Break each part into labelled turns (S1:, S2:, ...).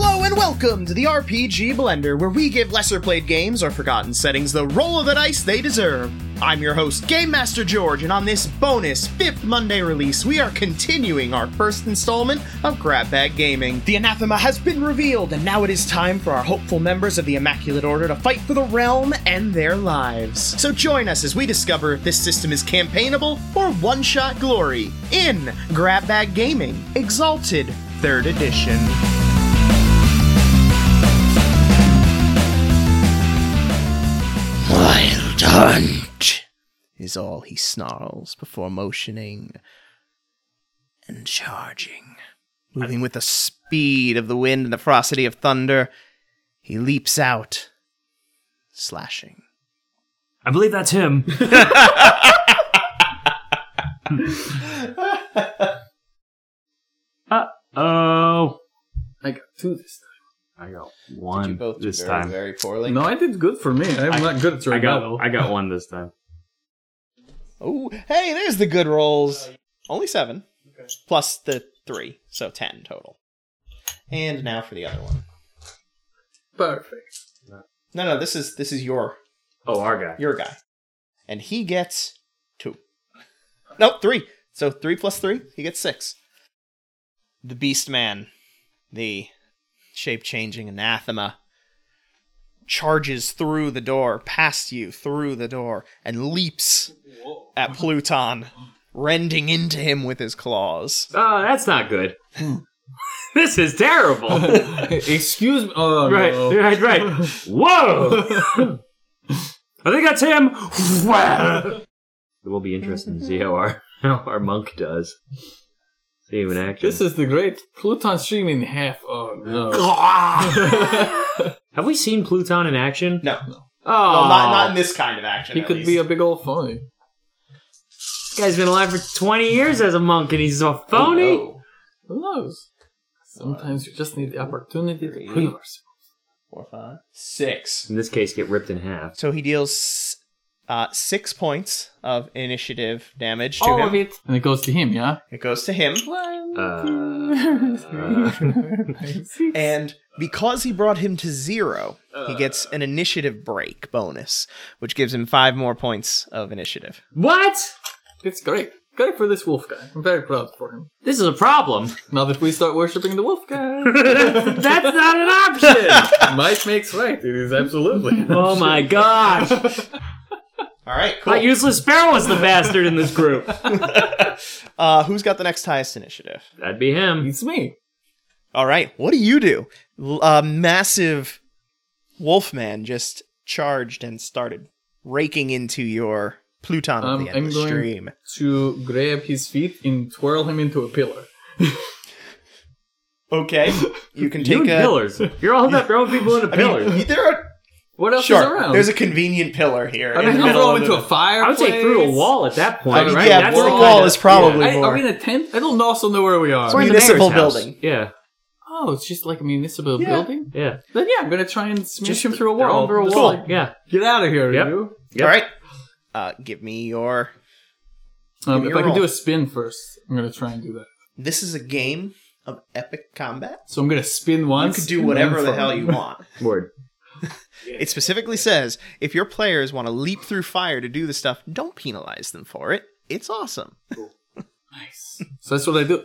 S1: Welcome to the RPG Blender, where we give lesser played games or forgotten settings the roll of the dice they deserve. I'm your host, Game Master George, and on this bonus fifth Monday release, we are continuing our first installment of Grab Bag Gaming. The anathema has been revealed, and now it is time for our hopeful members of the Immaculate Order to fight for the realm and their lives. So join us as we discover if this system is campaignable or one shot glory in Grab Bag Gaming Exalted 3rd Edition. Wild hunt, is all he snarls before motioning and charging. Moving with the speed of the wind and the ferocity of thunder, he leaps out, slashing.
S2: I believe that's him. uh oh.
S3: I got two this
S2: I got one Um, this time.
S1: very poorly?
S3: time. No, I did good for me. I'm
S2: I-
S3: not good at
S2: I got
S3: survival.
S2: I got one this time.
S1: Oh, hey, there's the good rolls. Only seven, plus the three, so ten total. And now for the other one.
S3: Perfect.
S1: No, no, this is this is your
S2: Oh, our guy.
S1: your guy. And he gets two. Nope, three. So three plus three, he gets six. The Beast Man, the shape changing anathema, charges through the door, past you, through the door, and leaps at Pluton, rending into him with his claws.
S2: Oh, that's not good. this is terrible.
S3: Excuse me. Oh,
S2: right,
S3: no.
S2: right, right. Whoa! I think that's him. it will be interesting to see how our how our monk does. See him in action.
S3: This is the great Pluton stream in half. Oh, no.
S2: Have we seen Pluton in action?
S1: No,
S2: Oh,
S1: well, not, not in this kind of action.
S3: he
S1: at
S3: could
S1: least.
S3: be a big old phony.
S2: this guy's been alive for twenty years as a monk, and he's a phony.
S1: Oh,
S3: No. Who knows? Sometimes you just need the opportunity to prove ourselves.
S1: Four, five, six.
S2: In this case, get ripped in half.
S1: So he deals uh, six points of initiative damage to
S2: Oh,
S3: All
S1: him.
S3: of it. And it goes to him, yeah?
S1: It goes to him.
S2: Uh, uh,
S1: And because he brought him to zero, he gets an initiative break bonus, which gives him five more points of initiative.
S2: what?
S3: It's great. Great for this wolf guy. I'm very proud for him.
S2: This is a problem.
S3: Now that we start worshipping the wolf guy,
S2: That's not an option.
S3: might makes right. It is absolutely.
S2: Oh my gosh!
S1: All right,
S2: That useless sparrow was the bastard in this group.
S1: Uh, who's got the next highest initiative?
S2: That'd be him.
S3: It's me.
S1: All right, what do you do? L- Uh, massive wolfman just charged and started raking into your Pluton at
S3: Um,
S1: the end
S3: I'm
S1: of the
S3: going-
S1: stream.
S3: to grab his feet and twirl him into a pillar.
S1: Okay, you can
S2: You
S1: take
S2: and
S1: a.
S2: pillars. You're all about throwing people into
S1: I mean,
S2: pillars. I,
S1: there are
S3: What else is
S1: sure.
S3: around?
S1: There's a convenient pillar here.
S3: I
S1: in
S3: mean,
S1: the
S3: I'll
S1: middle
S3: throw
S1: of
S3: him into
S1: the-
S3: a fire.
S2: would say through a wall at that point.
S1: I mean,
S2: right?
S1: yeah,
S2: That's
S1: wall-
S2: the
S1: wall
S2: kinda-
S1: is probably-
S3: I,
S1: more.
S3: are we in a tent? I don't also know where we are.
S2: We're in the
S1: Municipal
S2: mayor's house.
S1: building.
S2: Yeah,
S3: oh, it's just like a municipal
S1: Yeah.
S3: building.
S2: yeah.
S3: Then yeah, I'm gonna try and smash
S2: Just
S3: him through a
S2: they're all
S3: wall.
S2: Over a
S3: Just
S2: wall.
S3: like,
S2: Yeah.
S3: get out of here,
S2: Yep.
S3: you.
S2: Yep.
S1: All right, uh, give me your
S3: Um,
S1: me
S3: if
S1: a
S3: I can
S1: roll.
S3: do a spin first, I'm gonna try and do that.
S1: this is a game of epic combat.
S3: So I'm gonna spin
S1: You
S3: once.
S1: could do
S3: and then
S1: whatever the
S3: throw
S1: hell
S3: him.
S1: you want.
S2: Word.
S1: It specifically says if your players want to leap through fire to do the stuff, don't penalize them for it. It's awesome.
S3: nice. So that's what I do.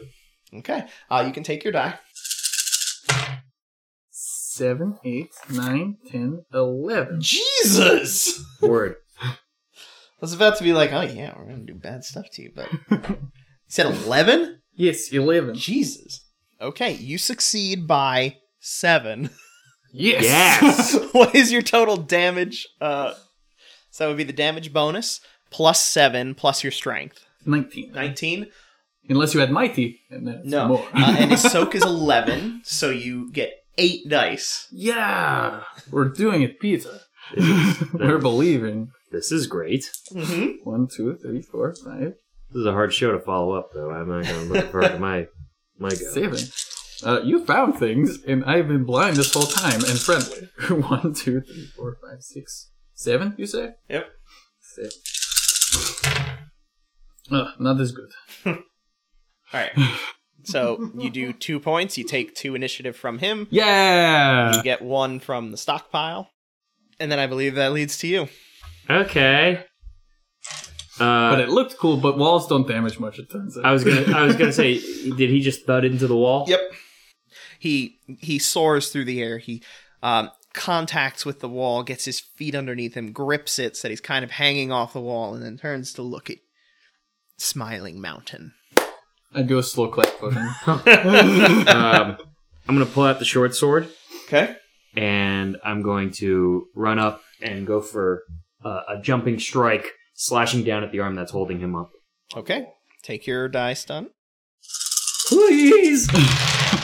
S1: Okay, uh, you can take your die.
S3: Seven, eight, nine, ten, eleven.
S1: Jesus!
S2: Word.
S1: I was about to be like, oh yeah, we're gonna do bad stuff to you, but you said eleven.
S3: Yes, eleven.
S1: Jesus. Okay, you succeed by seven.
S3: Yes.
S2: Yes.
S1: what is your total damage? Uh, so that would be the damage bonus plus seven plus your strength.
S3: Nineteen.
S1: 19?
S3: Unless you had mighty, and then it's
S1: No.
S3: more.
S1: Uh, and his soak is 11, so you get eight dice.
S3: Yeah, we're doing it, Peter. we're believing.
S2: this is great.
S1: Mm-hmm.
S3: One, two, three, four, five,
S2: This is a hard show to follow up, though. I'm not going to look for my my go.
S3: seven. Uh, you found things, and I've been blind this whole time and friendly. One, two, three, four, five, six, seven. You say
S1: Yep.
S3: seven. Ugh, Uh, not as good.
S1: All right. So you do two points. You take two initiative from him.
S2: Yeah.
S1: You get one from the stockpile. And then I believe that leads to you.
S2: Okay. Uh,
S3: But it looked cool, but walls don't damage much, it turns out.
S2: I was gonna. I was gonna say, did he just thud into the wall?
S1: Yep. He he soars through the air. He um, contacts with the wall, gets his feet underneath him, grips it so that he's kind of hanging off the wall, and then turns to look at Smiling Mountain.
S3: I'd go slow clap footing.
S2: Um, I'm gonna pull out the short sword
S1: Okay.
S2: and I'm going to run up and go for uh, a jumping strike, slashing down at the arm that's holding him up.
S1: Okay. Take your die stunt.
S3: Please!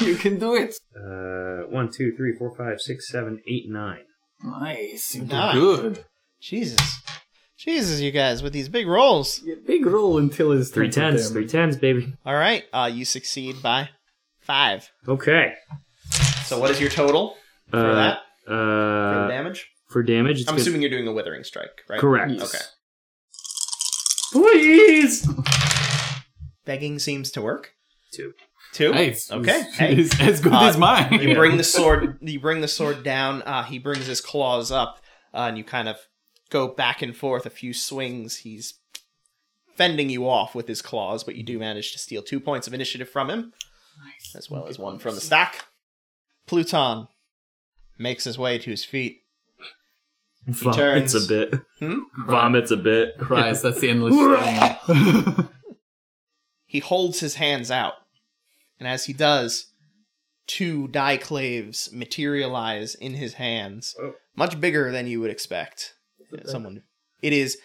S3: you can do it.
S2: Uh, one, two, three, four, five, six, seven, eight, nine.
S3: Nice. You did
S1: Nice.
S3: good.
S1: Jesus. Jesus, you guys, with these big rolls.
S3: Yeah, big roll until it's
S2: Three tens, three tens, baby.
S1: All right. Uh, you succeed by five.
S2: Okay.
S1: So what is your total for
S2: uh,
S1: that? For
S2: Uh,
S1: damage?
S2: for damage, it's
S1: I'm
S2: gonna-
S1: assuming you're doing a withering strike, right?
S2: correct.
S1: Okay.
S2: Please.
S1: Begging seems to work.
S2: Two.
S1: Two.
S3: Nice.
S1: Okay.
S3: It's,
S1: Hey.
S3: it's as good
S1: Uh,
S3: as mine.
S1: You bring the sword. You bring the sword down. Uh, he brings his claws up, uh, and you kind of go back and forth a few swings. He's fending you off with his claws, but you do manage to steal two points of initiative from him, as well as one from the stack. Pluton makes his way to his feet.
S2: Vomits
S1: turns.
S2: a bit.
S1: Hmm?
S2: Vomits a bit.
S3: Christ, that's the endless string.
S1: He holds his hands out, and as he does, two dieclaves materialize in his hands,
S2: Oh.
S1: much bigger than you would expect. Someone, it is,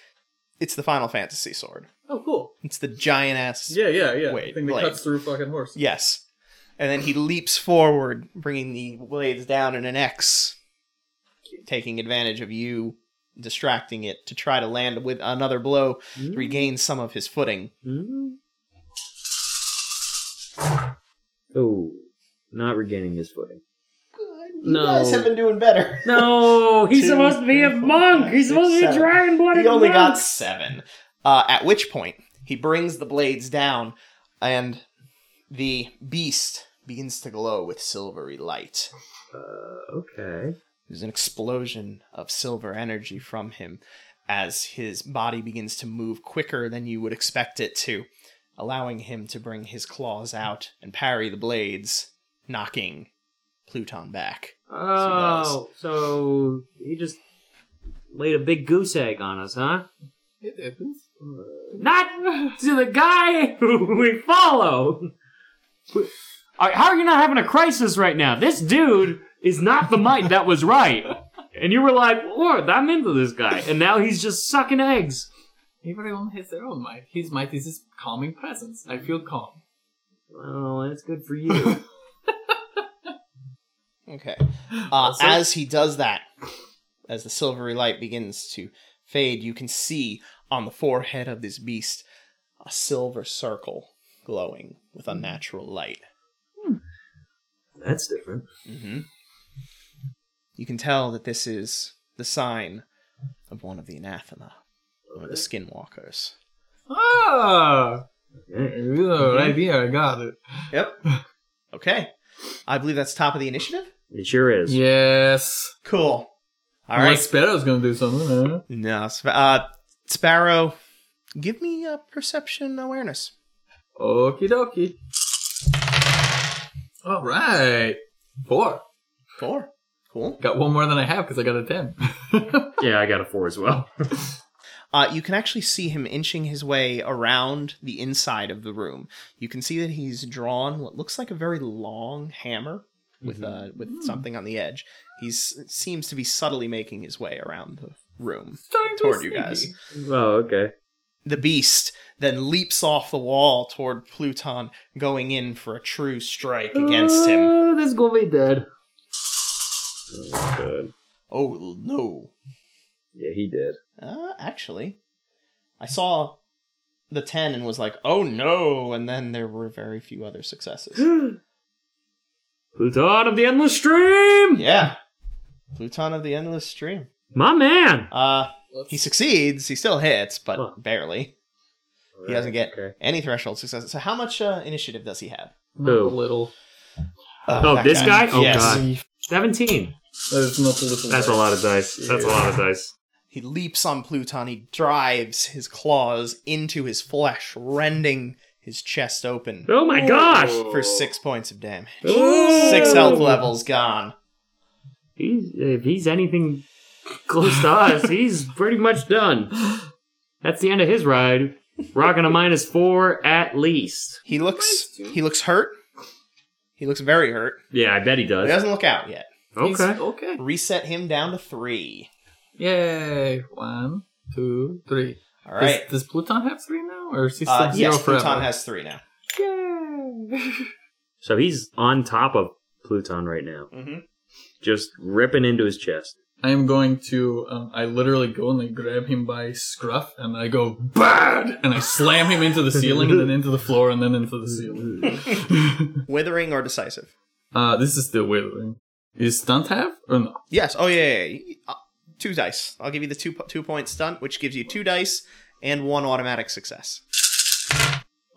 S1: it's the Final Fantasy sword.
S3: oh, cool.
S1: It's the giant ass.
S3: yeah, yeah.
S1: Wait, Thing that like- cuts
S3: through fucking horse.
S1: Yes, and then he leaps forward, bringing the blades down in an X, taking advantage of you distracting it to try to land with another blow,
S2: Mm-hmm.
S1: to regain some of his footing.
S2: Oh, not regaining his footing.
S1: You guys have been doing better.
S2: No, he's
S1: Two,
S2: supposed to be a
S1: three, four,
S2: monk.
S1: five,
S2: he's
S1: six,
S2: supposed to be
S1: seven.
S2: dragon blooded.
S1: He only got seven. Uh, at which point, he brings the blades down, and the beast begins to glow with silvery light.
S2: Uh, okay.
S1: There's an explosion of silver energy from him as his body begins to move quicker than you would expect it to, allowing him to bring his claws out and parry the blades, knocking Pluton back.
S2: Oh, so he just laid a big goose egg on us, huh?
S3: It happens. Uh,
S2: Not to the guy who we follow. All right, How are you not having a crisis right now? This dude is not the might that was right. And you were like, Lord, I'm into this guy. And now he's just sucking eggs.
S3: Everyone has their own might. His might is his calming presence. I feel calm.
S2: Oh, that's good for you.
S1: Okay. Uh,
S3: Also-
S1: as he does that, as the silvery light begins to fade, you can see on the forehead of this beast a silver circle glowing with unnatural light.
S2: That's different.
S1: Mm-hmm. You can tell that this is the sign of one of the anathema, one of the skinwalkers.
S3: Ah!
S2: Okay.
S3: Good idea, I got it.
S1: Yep. Okay. I believe that's top of the initiative.
S2: It sure is.
S3: Yes.
S1: Cool. All
S3: Unless
S1: right.
S3: Sparrow's gonna do something, huh?
S1: No, Sp- uh, Sparrow, give me a perception awareness.
S3: Okie dokie. Alright. Four.
S1: Four. Cool.
S3: Got one more than I have because I got a ten.
S2: Yeah, I got a four as well.
S1: Uh, you can actually see him inching his way around the inside of the room. You can see that he's drawn what looks like a very long hammer with uh, with something on the edge. He seems to be subtly making his way around the room toward you guys.
S2: Oh, okay.
S1: The beast then leaps off the wall toward Pluton, going in for a true strike against him.
S2: Oh, this is gonna be dead. Good.
S1: Oh no!
S2: Yeah, he did.
S1: Uh, actually, I saw the 10 and was like, oh no! And then there were very few other successes.
S2: Pluton of the Endless Stream!
S1: yeah. Pluton of the Endless Stream.
S2: My man!
S1: Uh, he succeeds. He still hits, but
S2: Huh.
S1: barely. He doesn't get
S2: Okay.
S1: any threshold success. So, how much uh, initiative does he have? Uh,
S3: Not
S2: Who?
S3: a little.
S2: Oh,
S1: that
S2: this guy? Oh,
S1: yes.
S2: God. 17.
S3: That is not a little.
S2: That's a lot of dice. That's a lot of dice.
S1: He leaps on Pluton. He drives his claws into his flesh, rending his chest open
S2: Oh my gosh!
S1: for six points of damage.
S2: Ooh.
S1: Six health levels gone.
S2: He's, if he's anything close to us, he's pretty much done. That's the end of his ride. Rocking a minus four at least.
S1: He looks he looks hurt. He looks very hurt.
S2: Yeah, I bet he
S1: He
S2: does.
S1: doesn't look out yet.
S3: He's-
S2: Okay.
S3: Okay.
S1: Reset him down to three.
S3: Yay! One, two, three.
S1: All right.
S3: Does, does Pluton have three now, or is he still
S1: Uh,
S3: zero
S1: yes,
S3: forever?
S1: Pluton has three now.
S2: So he's on top of Pluton right now,
S1: Mm-hmm.
S2: just ripping into his chest.
S3: I am going to. Um, I literally go and I grab him by scruff, and I go bad, and I slam him into the ceiling, and then into the floor, and then into the ceiling.
S1: Withering or decisive?
S3: uh, this is still withering. Is stunt have or no?
S1: Yes. Oh yeah. yeah, yeah. Uh, two dice. I'll give you the two two point stunt, which gives you two dice and one automatic success.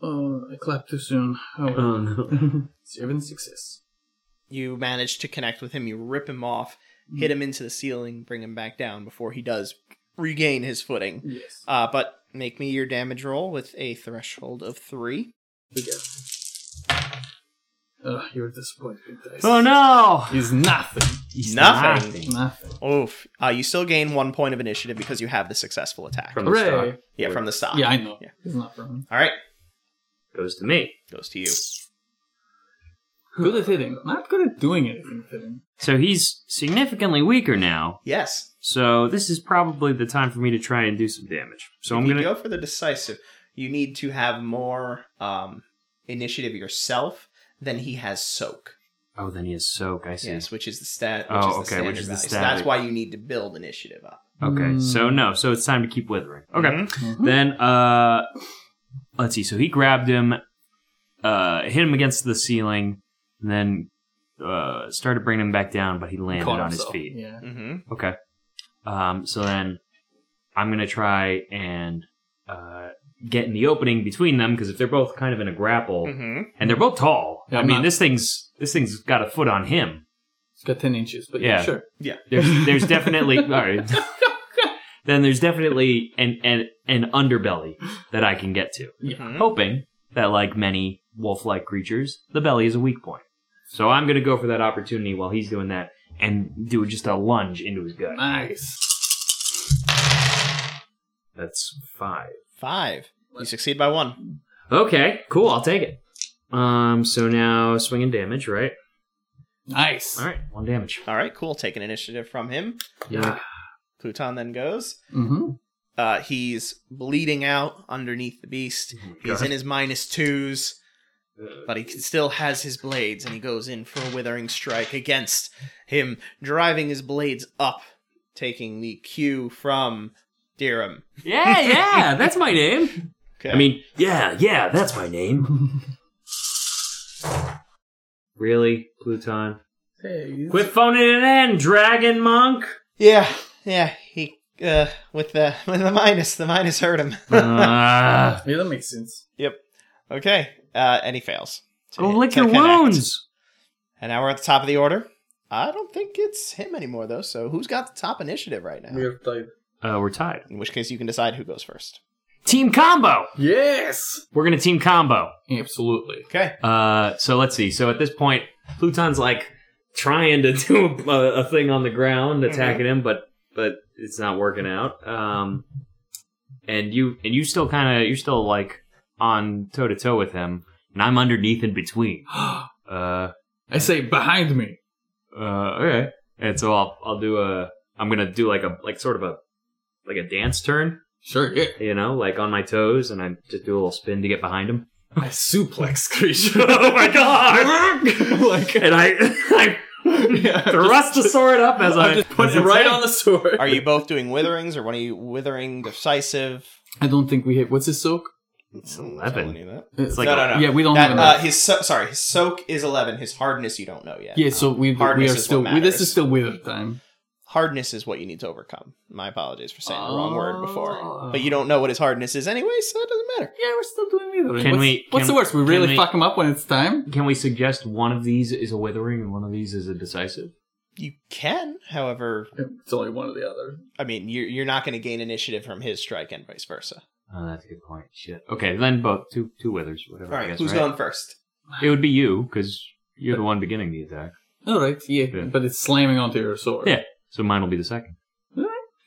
S3: Oh, I clapped too soon. Oh, well.
S2: Oh no.
S3: seven success.
S1: you manage to connect with him, you rip him off, hit him into the ceiling, bring him back down before he does regain his footing.
S3: Yes.
S1: Uh, but make me your damage roll with a threshold of three.
S3: We go. Oh, you're disappointed. Dice.
S2: Oh no!
S3: He's nothing.
S1: Nothing.
S3: Nothing.
S1: Oof. Uh, you still gain one point of initiative because you have the successful attack.
S2: From the
S3: Hooray!
S2: start
S1: yeah, from the stop.
S3: Yeah, I know.
S1: Yeah.
S3: He's not wrong.
S1: All right,
S2: goes to me.
S1: goes to you.
S3: Good at hitting. Not good at doing anything with hitting.
S2: So he's significantly weaker now.
S1: Yes.
S2: So this is probably the time for me to try and do some damage. So I'm
S1: If you
S2: gonna.
S1: go for the decisive. You need to have more um, initiative yourself than he has soak.
S2: Oh, then he has soak. I see.
S1: Yes, which is the stat. Which
S2: Oh,
S1: is the
S2: okay,
S1: standard
S2: which is the
S1: value. So
S2: stat.
S1: that's why you need to build initiative up.
S2: Okay,
S3: Mm.
S2: so no, so it's time to keep withering. Okay,
S3: Mm-hmm.
S1: Mhm.
S3: Hmm.
S2: then uh, let's see. So he grabbed him, uh, hit him against the ceiling, and then uh, started bringing him back down, but he landed
S3: Caught
S2: on his
S3: himself.
S2: feet.
S3: Yeah.
S1: Mm-hmm.
S2: Okay, um, so then I'm gonna try and uh, get in the opening between them because if they're both kind of in a grapple
S1: Mm-hmm.
S2: and they're both tall,
S3: Yeah,
S2: I
S3: I'm
S2: mean
S3: not-
S2: this thing's this thing's got a foot on him.
S3: It's got 10 inches, but yeah,
S2: Yeah.
S3: sure.
S2: There's there's definitely all right. then there's definitely an, an an underbelly that I can get to.
S1: Mhm.
S2: Hoping that like many wolf-like creatures, the belly is a weak point. So I'm gonna go for that opportunity while he's doing that and do just a lunge into his gut.
S3: Nice.
S2: That's five.
S1: Five. You succeed by one.
S2: Okay, cool, I'll take it. Um so now swinging damage, right?
S3: Nice.
S2: Alright, one damage.
S1: All right, cool. Take an initiative from him.
S2: Yeah.
S1: Pluton then goes.
S3: Mm-hmm.
S1: Uh, he's bleeding out underneath the beast. He's in his minus twos,
S2: Uh,
S1: but he can- still has his blades, and he goes in for a withering strike against him, driving his blades up, taking the cue from Dirham.
S2: Yeah, yeah, that's my name.
S1: Okay.
S2: I mean, yeah, yeah, that's my name. really, Pluton?
S3: Hey,
S2: Quit phoning it in, Dragon Monk.
S1: yeah, yeah. He uh, with the with the minus, the minus hurt him.
S2: Uh,
S3: Yeah, that makes sense.
S1: Yep. Okay. Uh, and he fails. to-
S2: go Oh, lick
S1: to
S2: your
S1: connect.
S2: wounds.
S1: And now we're at the top of the order. I don't think it's him anymore, though. So who's got the top initiative right now?
S3: We are tied.
S2: Uh, we're tied.
S1: In which case, you can decide who goes first.
S2: Team combo.
S3: Yes!
S2: We're gonna team combo.
S3: Absolutely.
S1: Okay.
S2: Uh, so let's see. So at this point, Pluton's like trying to do a, a thing on the ground, attacking him, but but it's not working out. Um, and you and you still kind of you're still like on toe to toe with him, and I'm underneath in between.
S3: I
S2: Uh,
S3: say behind me.
S2: uh, okay. And so I'll I'll do a I'm gonna do like a like sort of a like a dance turn,
S3: Sure, yeah.
S2: you know, like on my toes, and I just do a little spin to get behind him.
S3: I suplex creature.
S2: oh my god!
S3: like,
S2: and I I
S3: yeah.
S2: thrust the sword up as I,
S3: I just put
S2: as
S3: it
S2: it's
S3: right
S2: saying.
S3: on the sword.
S1: Are you both doing witherings, or one of you withering decisive?
S3: I don't think we hit. What's his soak?
S2: It's
S1: Telling
S2: eleven.
S1: you that.
S3: It's
S2: like
S1: no,
S2: a-
S1: no, no.
S3: Yeah, we don't
S1: That,
S3: have
S1: uh,
S3: that.
S1: his so- sorry, his soak is eleven. His hardness you don't know yet.
S3: yeah, so we we
S1: hardness
S3: are
S1: is what
S3: still. We, this
S1: matters.
S3: is still wither time.
S1: Hardness is what you need to overcome. My apologies for saying the wrong word before.
S3: Oh.
S1: But you don't know what his hardness is anyway, so it doesn't matter.
S3: Yeah, we're still doing withering.
S2: Can
S3: what's,
S2: we-
S3: What's
S2: can-
S3: the worst? We
S2: can
S3: really
S2: we-
S3: fuck him up when it's time.
S2: Can we suggest one of these is a withering and one of these is a decisive?
S1: You can, however,
S3: It's only one or the other.
S1: I mean, you're, you're not going to gain initiative from his strike and vice versa.
S2: Oh, that's a good point. Shit. Okay, then both two two withers, whatever.
S1: All
S2: I
S1: right,
S2: guess,
S1: who's
S2: right?
S1: going first?
S2: It would be you because you're the one beginning the attack.
S3: All right, yeah,
S2: Yeah.
S3: but it's slamming onto your sword.
S2: Yeah. So mine will be the second.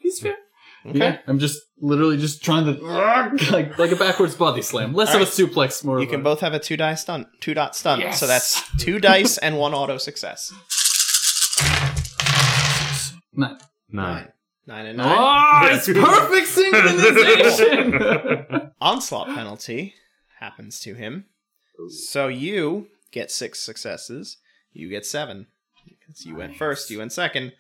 S3: he's fair.
S1: Okay.
S3: Yeah, I'm just literally just trying to like like a backwards body slam. Less of a suplex, more.
S1: You
S3: of
S1: can
S3: a-
S1: both have a two die stunt, two dot stunt.
S3: Yes.
S1: So that's two dice and one auto success.
S3: Nine.
S2: Nine.
S1: Nine and nine.
S2: Oh,
S3: Ah, It's perfect synchronization.
S1: Onslaught penalty happens to him. So you get six successes. You get seven. Because you went first, you went second.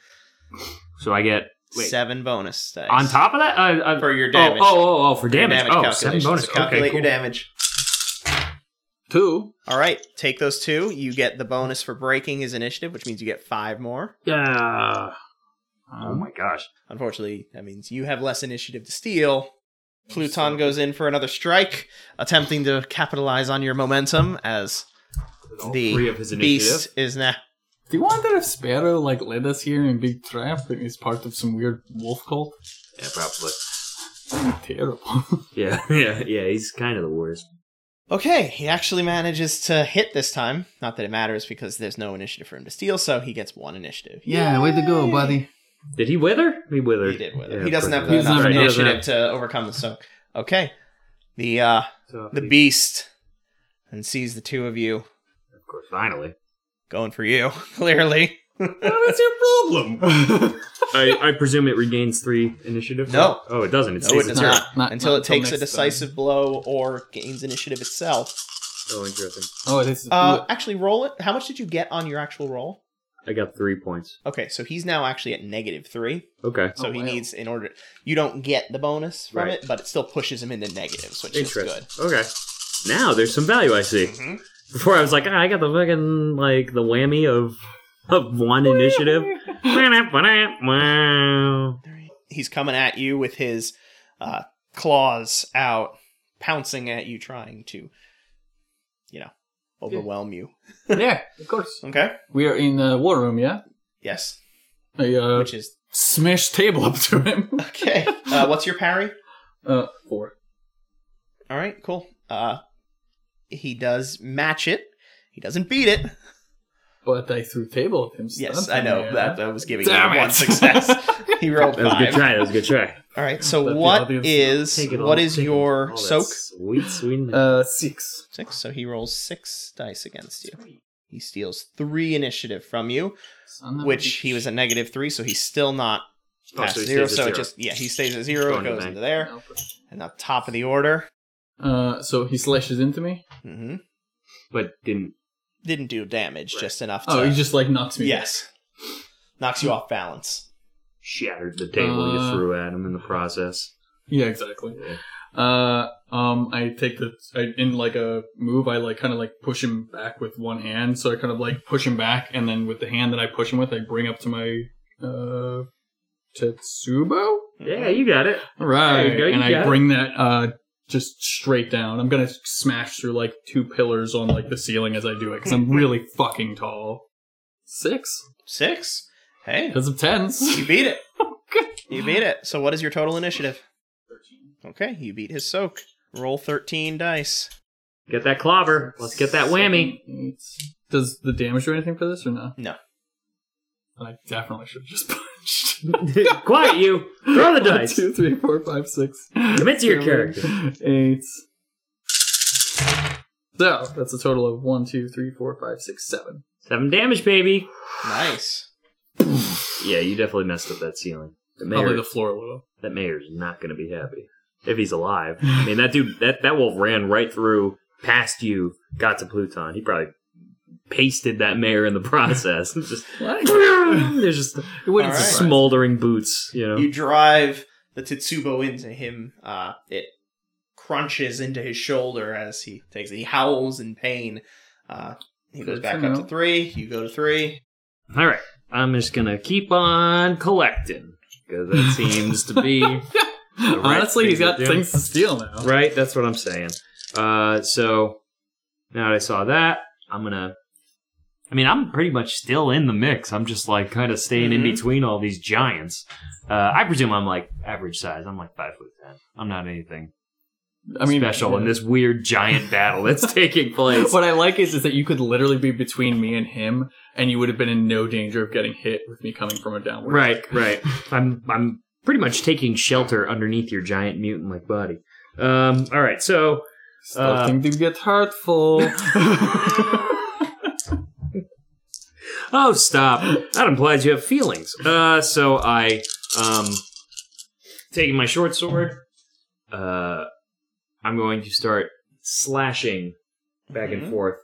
S2: So I get wait,
S1: Seven bonus dice.
S2: on top of that uh, uh,
S1: For your
S2: Oh,
S1: damage.
S2: oh, oh, oh, for
S1: Your
S2: damage. oh, seven
S1: calculations.
S2: bonus.
S1: So calculate
S2: okay, cool.
S1: your damage.
S3: Two.
S1: All right, take those two. You get the bonus for breaking his initiative, which means you get five more.
S2: Yeah. Oh
S3: Um,
S2: my gosh.
S1: Unfortunately, that means you have less initiative to steal. Pluton goes in for another strike, attempting to capitalize on your momentum as the
S2: three of his
S1: beast is now.
S3: Do you want that if Sparrow like led us here in Big Trap and is part of some weird wolf cult?
S2: Yeah, probably.
S3: That'd be terrible.
S2: Yeah, yeah, yeah. He's kind of the worst.
S1: Okay, he actually manages to hit this time. Not that it matters because there's no initiative for him to steal, so he gets one initiative.
S3: yeah, way to go, buddy.
S2: Did he wither? He withered.
S1: He did with
S2: Yeah,
S1: it. He doesn't have
S2: perfect.
S3: He doesn't
S1: enough
S3: have enough.
S1: initiative to overcome this. So, okay, the uh,
S2: So
S1: the
S2: he-
S1: beast and sees the two of you
S2: Of course, finally.
S1: going for you. Clearly,
S2: What's your problem? I, I presume it regains three initiative.
S1: No.
S2: Oh, it doesn't. It
S1: no,
S2: stays
S1: it
S2: at
S1: does
S2: zero.
S1: not.
S3: Not-
S1: until
S3: not
S1: it takes a
S3: next
S1: decisive blow or gains initiative itself.
S2: Oh, interesting.
S3: Oh, it is.
S1: Uh, actually, roll it. How much did you get on your actual roll?
S2: I got three points.
S1: Okay, so he's now actually at negative three.
S2: Okay.
S1: So
S3: Oh,
S1: he
S3: wow.
S1: needs in order. You don't get the bonus from
S2: Right.
S1: it, but it still pushes him into negatives, which is
S2: Interesting.
S1: good.
S2: Okay. Now there's some value I see.
S1: Mhm.
S2: Before I was like, ah, I got the fucking like the whammy of of one initiative. wow.
S1: He's coming at you with his uh, claws out, pouncing at you, trying to, you know, overwhelm you.
S3: yeah, of course.
S1: Okay.
S3: We are in the war room, yeah.
S1: Yes.
S3: I uh,
S1: Which is
S3: smash table up to him.
S1: okay. Uh, what's your parry?
S3: Uh, four.
S1: All right. Cool. Uh, he does match it. He doesn't beat it.
S3: But I threw table at him.
S1: Yes,
S3: stunting
S1: I know
S3: him.
S1: that I was giving
S3: Damn
S1: him one
S3: it.
S1: success. he rolled
S2: That was a good
S1: five.
S2: try. That was a good try.
S1: All right. So
S3: Let the
S1: what
S3: audience
S1: is
S2: Take it
S1: what
S2: all,
S1: is
S2: take it
S1: your
S2: all.
S1: soak?
S2: Oh, That's Sweet, sweet.
S3: Uh, six.
S1: Six. So he rolls six dice against you. He steals three initiative from you,
S3: Son of a
S1: which
S3: bitch.
S1: he was at negative three, so he's still not
S2: Oh,
S1: past
S2: so he
S1: zero.
S2: stays at
S1: So it
S2: zero.
S1: just yeah, he stays at zero.
S2: Going
S1: it
S2: to
S1: goes
S2: bank.
S1: into there and up top of the order.
S3: Uh, so he slashes into me.
S1: hmm
S2: but didn't.
S1: Didn't do damage, just enough. To,
S3: Oh, he just like knocks me.
S1: yes, knocks you off balance.
S2: Shattered the table
S3: Uh,
S2: you threw at him in the process.
S3: Yeah, exactly. Uh, um, I take the I, in like a move. I like kind of like push him back with one hand. So I kind of like push him back, and then with the hand that I push him with, I bring up to my uh Tetsubo.
S2: Yeah, you got it.
S3: All right,
S2: There you go, you
S3: and I
S2: got it.
S3: bring that uh just straight down. I'm gonna smash through like two pillars on like the ceiling as I do it because I'm really fucking tall. Six
S1: Six. Hey,
S3: because of tens.
S1: you beat it.
S3: Oh,
S1: You beat it. So what is your total initiative? Okay, you beat his soak. Roll thirteen dice.
S2: Get that clobber. Let's get that whammy.
S3: Seven, eight. Does the damage do anything for this or no?
S1: No.
S3: I definitely should have just punched.
S2: Quiet you. Throw the
S3: One,
S2: dice.
S3: two, three, four, five, six,
S2: Commit to your
S3: seven,
S2: character.
S3: Eight. So that's a total of one, two, three, four, five, six, seven.
S2: Seven damage, baby.
S1: Nice.
S2: Yeah, you definitely messed up that ceiling. The
S3: Probably
S2: mayor,
S3: the floor level.
S2: that mayor's not going to be happy if he's alive. I mean, that dude, that that wolf ran right through past you, got to Pluton. He probably pasted that mayor in the process. It's just there's just
S3: It wouldn't
S1: All right.
S3: surprise me.
S2: smoldering boots. You know,
S1: You drive the Tetsubo into him. Uh, it crunches into his shoulder as he takes it. He howls in pain. Uh, he goes
S3: Good
S1: back
S3: to
S1: up to
S3: know.
S1: three. You go to three.
S2: All right. I'm just gonna keep on collecting because that seems to be right
S3: Honestly, he's
S2: thing
S3: got
S2: to do.
S3: things to steal now.
S2: right. That's what I'm saying. Uh, so now that I saw that, I'm gonna. I mean, I'm pretty much still in the mix. I'm just like kind of staying in
S3: Mm-hmm.
S1: Mhm.
S2: between all these giants. Uh, I presume I'm like average size. I'm like five foot ten. I'm not anything
S3: I mean,
S2: special in
S3: yeah.
S2: this weird giant battle that's taking place.
S3: What I like is, is that you could literally be between me and him, and you would have been in no danger of getting hit with me coming from a downward.
S2: Right, right. I'm I'm pretty much taking shelter underneath your giant mutant like body. Um, all right, so
S1: Uh,
S3: Starting to get hurtful.
S2: oh stop. That implies you have feelings. Uh, so I um taking my short sword. Uh, I'm going to start slashing back and forth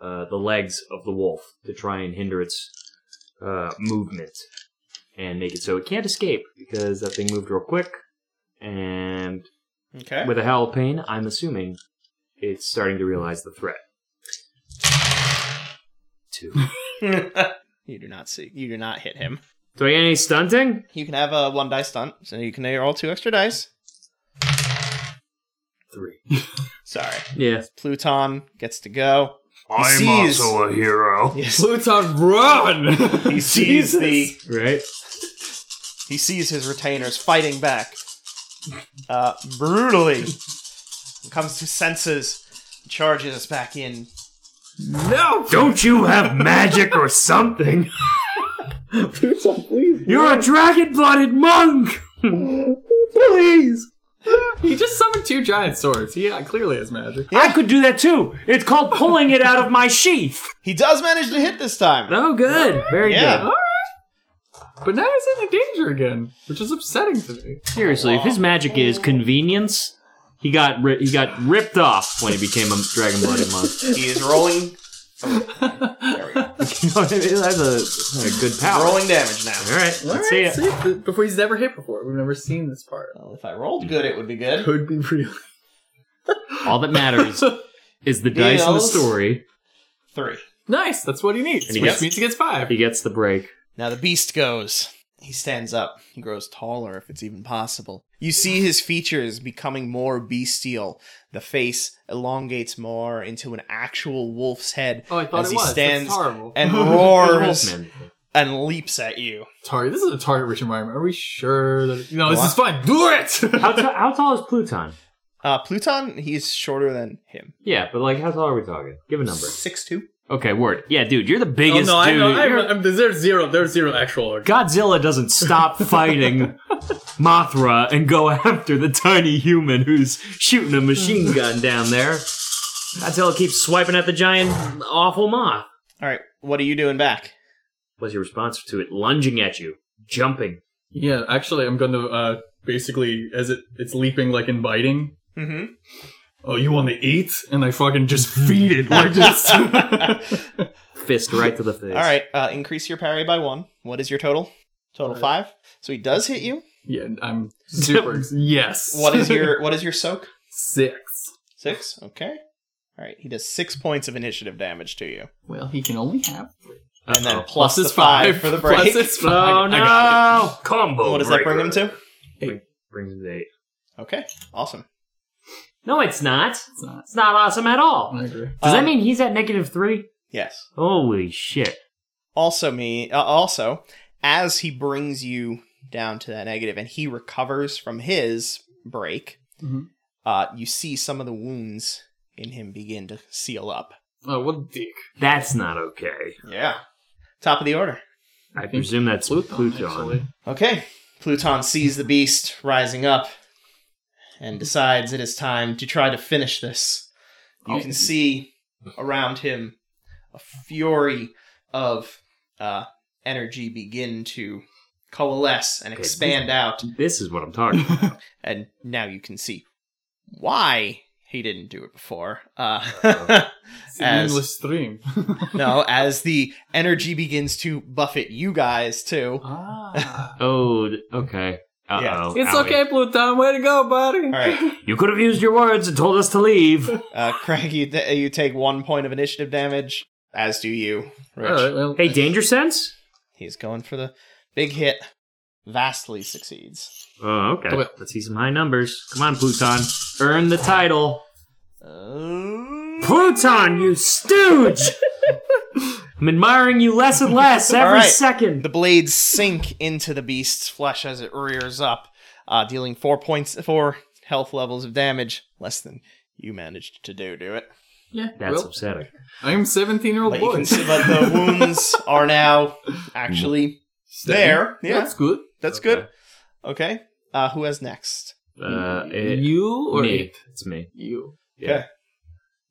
S2: uh, the legs of the wolf to try and hinder its uh, movement and make it so it can't escape because that thing moved real quick and
S1: Okay.
S2: with a howl of pain, I'm assuming it's starting to realize the threat. Two.
S1: you do not see. You do not hit him.
S2: Do I get any stunting?
S1: You can have a one die stunt, so you can roll two extra dice.
S2: Three.
S1: Sorry.
S2: Yeah.
S1: Pluton gets to go.
S4: I'm
S1: sees-
S4: also a hero.
S1: Yes.
S3: Pluton, run!
S1: He sees the
S2: Right.
S1: he sees his retainers fighting back uh, brutally. Comes to senses, charges back in.
S3: No!
S4: Don't you have magic or something?
S3: Pluton, please.
S2: You're a dragon-blooded monk.
S3: Please! He just summoned two giant swords. He uh, clearly has magic.
S2: I could do that too. It's called pulling it out of my sheath.
S1: He does manage to hit this time.
S2: Oh, good. Very
S1: Yeah.
S2: good.
S3: But now he's in danger again, which is upsetting to me.
S2: Seriously, if his magic is convenience, he got ri- he got ripped off when he became a dragon-blooded monk.
S1: He is rolling
S2: You know what I mean? That's a, a good power.
S1: rolling damage now.
S2: All right. Let's see it.
S3: Before he's never hit before. We've never seen this part.
S1: Well, if I rolled good, it would be good.
S3: Could be real.
S2: All that matters is the dice and the
S1: Deals.
S2: story.
S1: Three.
S3: Nice. That's what he needs.
S2: And he
S3: which
S2: gets-
S3: means he gets five.
S2: He gets the break.
S1: Now the beast goes. He stands up. He grows taller, if it's even possible. You see his features becoming more bestial. The face elongates more into an actual wolf's head
S3: oh, I thought
S1: as
S3: it
S1: he
S3: was.
S1: stands
S3: That's horrible.
S1: and roars and leaps at you.
S3: Target. This is a target rich environment. Are we sure that? No, this is fine. Do it.
S2: How, ta- how tall is Pluton?
S1: Uh, Pluton, he's shorter than him.
S2: Yeah, but like, how tall are we talking? Give a number.
S1: Six two.
S2: Okay, word. Yeah, dude, you're the
S1: Oh,
S2: biggest dude. You're-
S1: um,
S3: there's zero. There's zero actual.
S2: Godzilla doesn't stop fighting Mothra and go after the tiny human who's shooting a machine gun down there. Godzilla keeps swiping at the giant awful moth.
S1: All right, what are you doing back?
S2: What's your response to it? Lunging at you, jumping.
S3: Yeah, actually, I'm going to uh, basically as it it's leaping like and biting.
S1: Mm-hmm.
S3: Oh, you want to eat? And I fucking just feed it. Like just
S2: Fist right to the face.
S1: All right, uh, increase your parry by one. What is your total? Total five. So he does hit you.
S3: yeah, I'm super. ex- yes.
S1: What is your what is your soak?
S3: six?
S1: Six. Okay. All right. He does six points of initiative damage to you,
S3: Well, he can only have three.
S1: and then
S2: Uh-oh.
S1: plus, plus the five, for the break.
S3: Plus it's five.
S2: Oh
S3: I got
S2: no! Combo.
S1: what does that bring him to?
S2: Brings it to eight.
S1: Okay. Awesome.
S2: No, it's not.
S3: it. It's not.
S2: It's not awesome at all.
S3: I agree.
S2: Does that
S1: Um,
S2: mean he's at negative three?
S1: Yes.
S2: Holy shit.
S1: Also, me. Uh, also, as he brings you down to that negative, and he recovers from his break,
S3: Mhm.
S1: uh, you see some of the wounds in him begin to seal up.
S3: Oh, what a dick.
S2: That's not okay.
S1: Yeah. Top of the order.
S2: I presume that's
S3: Pluton,
S2: Pluton.
S3: actually.
S1: Okay. Pluton sees the beast rising up and decides it is time to try to finish this.
S3: Oh.
S1: You can see around him a fury of uh, energy begin to coalesce and expand out.
S2: This is what I'm talking about.
S1: And now you can see why he didn't do it before. Uh,
S3: It's an
S1: As-
S3: endless stream.
S1: no, as the energy begins to buffet you guys too.
S3: ah.
S2: Oh, d- okay. Uh oh.
S1: Yeah.
S3: It's okay, Pluton. Way to go, buddy.
S1: All right.
S2: You could have used your words and told us to leave.
S1: Uh, Craig, you, t- you take one point of initiative damage, as do you, Rich.
S3: All right, well,
S2: hey, Danger Sense?
S1: He's going for the big hit. Vastly succeeds.
S2: Oh, okay.
S3: Okay.
S2: Let's see some high numbers. Come on, Pluton. Earn the title.
S1: Uh,
S2: Pluton, you stooge! I'm admiring you less and less every
S1: right.
S2: second.
S1: the blades sink into the beast's flesh as it rears up, uh, dealing four points, four health levels of damage, less than you managed to do. Do it.
S3: Yeah,
S2: That's upsetting.
S3: I'm 17 year old
S1: But, you
S3: boy.
S1: can see, but the wounds are now actually there. Yeah,
S3: That's good.
S1: that's good. Okay. Uh, who has next?
S2: Uh, it-
S3: you or
S2: me.
S3: it?
S2: It's me.
S3: You.
S2: Yeah.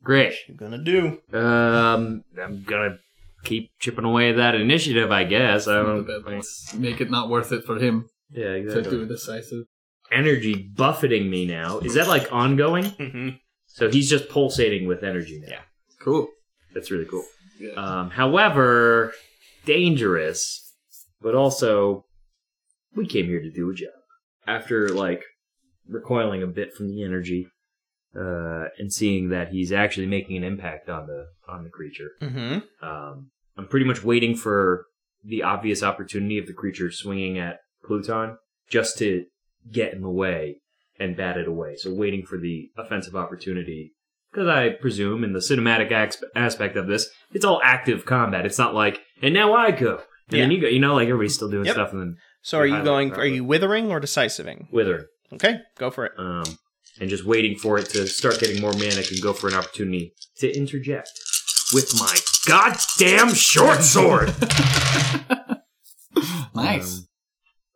S2: Great.
S1: You're gonna do.
S2: Um, I'm gonna keep chipping away at that initiative, I guess. I don't.
S3: Let's make it not worth it for him
S2: Yeah,
S3: to do
S2: exactly.
S3: decisive.
S2: Energy buffeting me now. Is that like ongoing?
S1: Mm-hmm.
S2: So he's just pulsating with energy now. Yeah.
S3: Cool.
S2: That's really cool.
S3: Yeah.
S2: Um, however, dangerous, but also, we came here to do a job. After, like, recoiling a bit from the energy, uh, and seeing that he's actually making an impact on the, on the creature,
S1: Mm-hmm.
S2: um, I'm pretty much waiting for the obvious opportunity of the creature swinging at Pluton just to get in the way and bat it away. So waiting for the offensive opportunity because I presume in the cinematic asp- aspect of this, it's all active combat. It's not like and now I go and then you go. You know, like everybody's still doing
S1: Yep.
S2: stuff and then
S1: So are you
S2: Highlight
S1: going?
S2: that
S1: Are you withering or decisiving?
S2: withering.
S1: Okay, go for it.
S2: Um, and just waiting for it to start getting more manic and go for an opportunity to interject with my goddamn short sword.
S3: Nice.
S2: Um,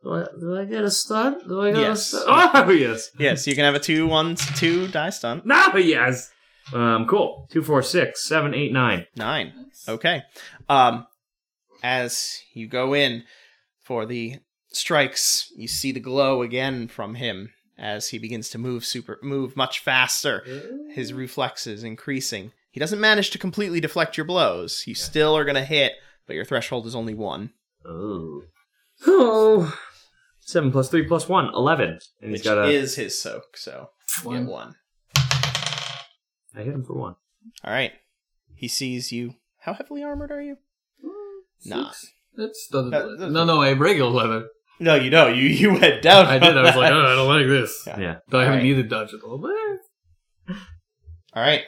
S2: do, I, do I get a stun? Do I get
S1: Yes.
S2: a stun? Oh, yes.
S1: Yeah, so you can have a two, one, two die stunt.
S2: No, yes. Um, cool. Two, four, six, seven, eight, nine.
S1: Nine. Okay. Um, as you go in for the strikes, you see the glow again from him as he begins to move super, move much faster. His reflexes increasing. He doesn't manage to completely deflect your blows. You still are gonna hit, but your threshold is only one.
S2: Oh. Oh. Seven plus three plus one, eleven. And he's
S1: Which
S2: got a.
S1: is his soak, so you get
S3: One.
S1: one.
S2: I hit him for one.
S1: All right. He sees you. How heavily armored are you? Nah.
S3: Six. That's doesn't.
S1: That- that's-
S3: no, no, I regular leather.
S1: No, you don't. You you went down.
S3: I did. I was like, oh, I don't like this.
S1: Yeah.
S2: Yeah.
S3: Though I haven't
S1: Alright.
S3: needed dodge at all. But
S1: All right.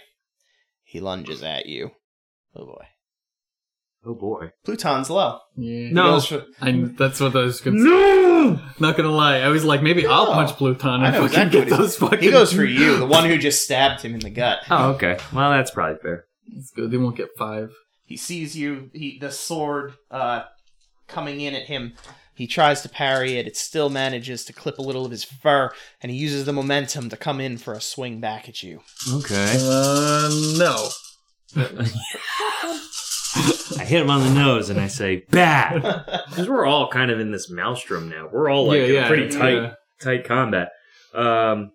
S1: He lunges at you. Oh boy.
S2: Oh boy.
S1: Pluton's low.
S3: yeah,
S2: No.
S3: Goes for- I, that's what I was gonna.
S2: No.
S3: Not gonna lie, I was like, maybe I'll
S1: No.
S3: punch Pluton
S1: I
S3: and
S1: know
S3: fucking
S1: exactly
S3: get
S1: what
S3: those fucking.
S1: He goes for you, the one who just stabbed him in the gut.
S2: Oh, okay. Well, that's probably fair.
S3: It's good. They won't get five.
S1: He sees you. He the sword uh, coming in at him. He tries to parry it. It still manages to clip a little of his fur, and he uses the momentum to come in for a swing back at you.
S2: Okay.
S3: Uh, no.
S2: I hit him on the nose and I say, "Bad," because we're all kind of in this maelstrom now. We're
S1: Oh,
S2: all like
S3: yeah,
S2: in
S3: yeah,
S2: pretty tight
S3: yeah.
S2: tight combat. Um,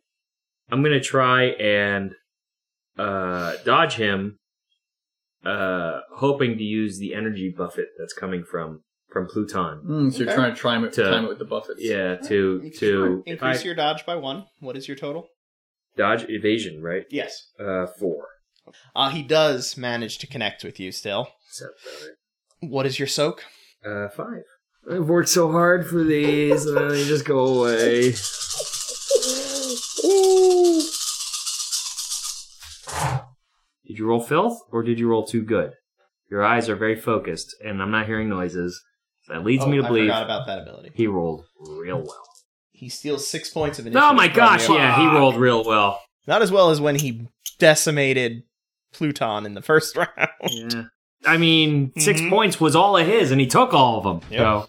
S2: I'm gonna try and uh, dodge him, uh, hoping to use the energy buffet that's coming from from Pluton.
S3: Mm, so you're
S1: Okay.
S3: trying to time it,
S2: To-
S3: time it with the buffets.
S2: Yeah, to to if I
S1: Increase your dodge by one. What is your total?
S2: dodge evasion right.
S1: Yes.
S2: Uh, four.
S1: Uh, he does manage to connect with you still.
S2: So,
S1: What is your soak?
S2: Uh, five. I've worked so hard for these, and they just go away. Did you roll filth, or did you roll too good? Your eyes are very focused, and I'm not hearing noises. That leads
S1: Oh,
S2: me to
S1: I
S2: believe
S1: forgot about that ability.
S2: he rolled real well.
S1: He steals six points of initiative.
S2: Oh my
S1: from
S2: gosh,
S1: you.
S2: yeah, he rolled real well.
S1: Not as well as when he decimated Pluton in the first round.
S2: Yeah. I mean, 6
S1: Mhm.
S2: points was all of his, and he took all of them.
S1: Yep.
S2: So.
S1: All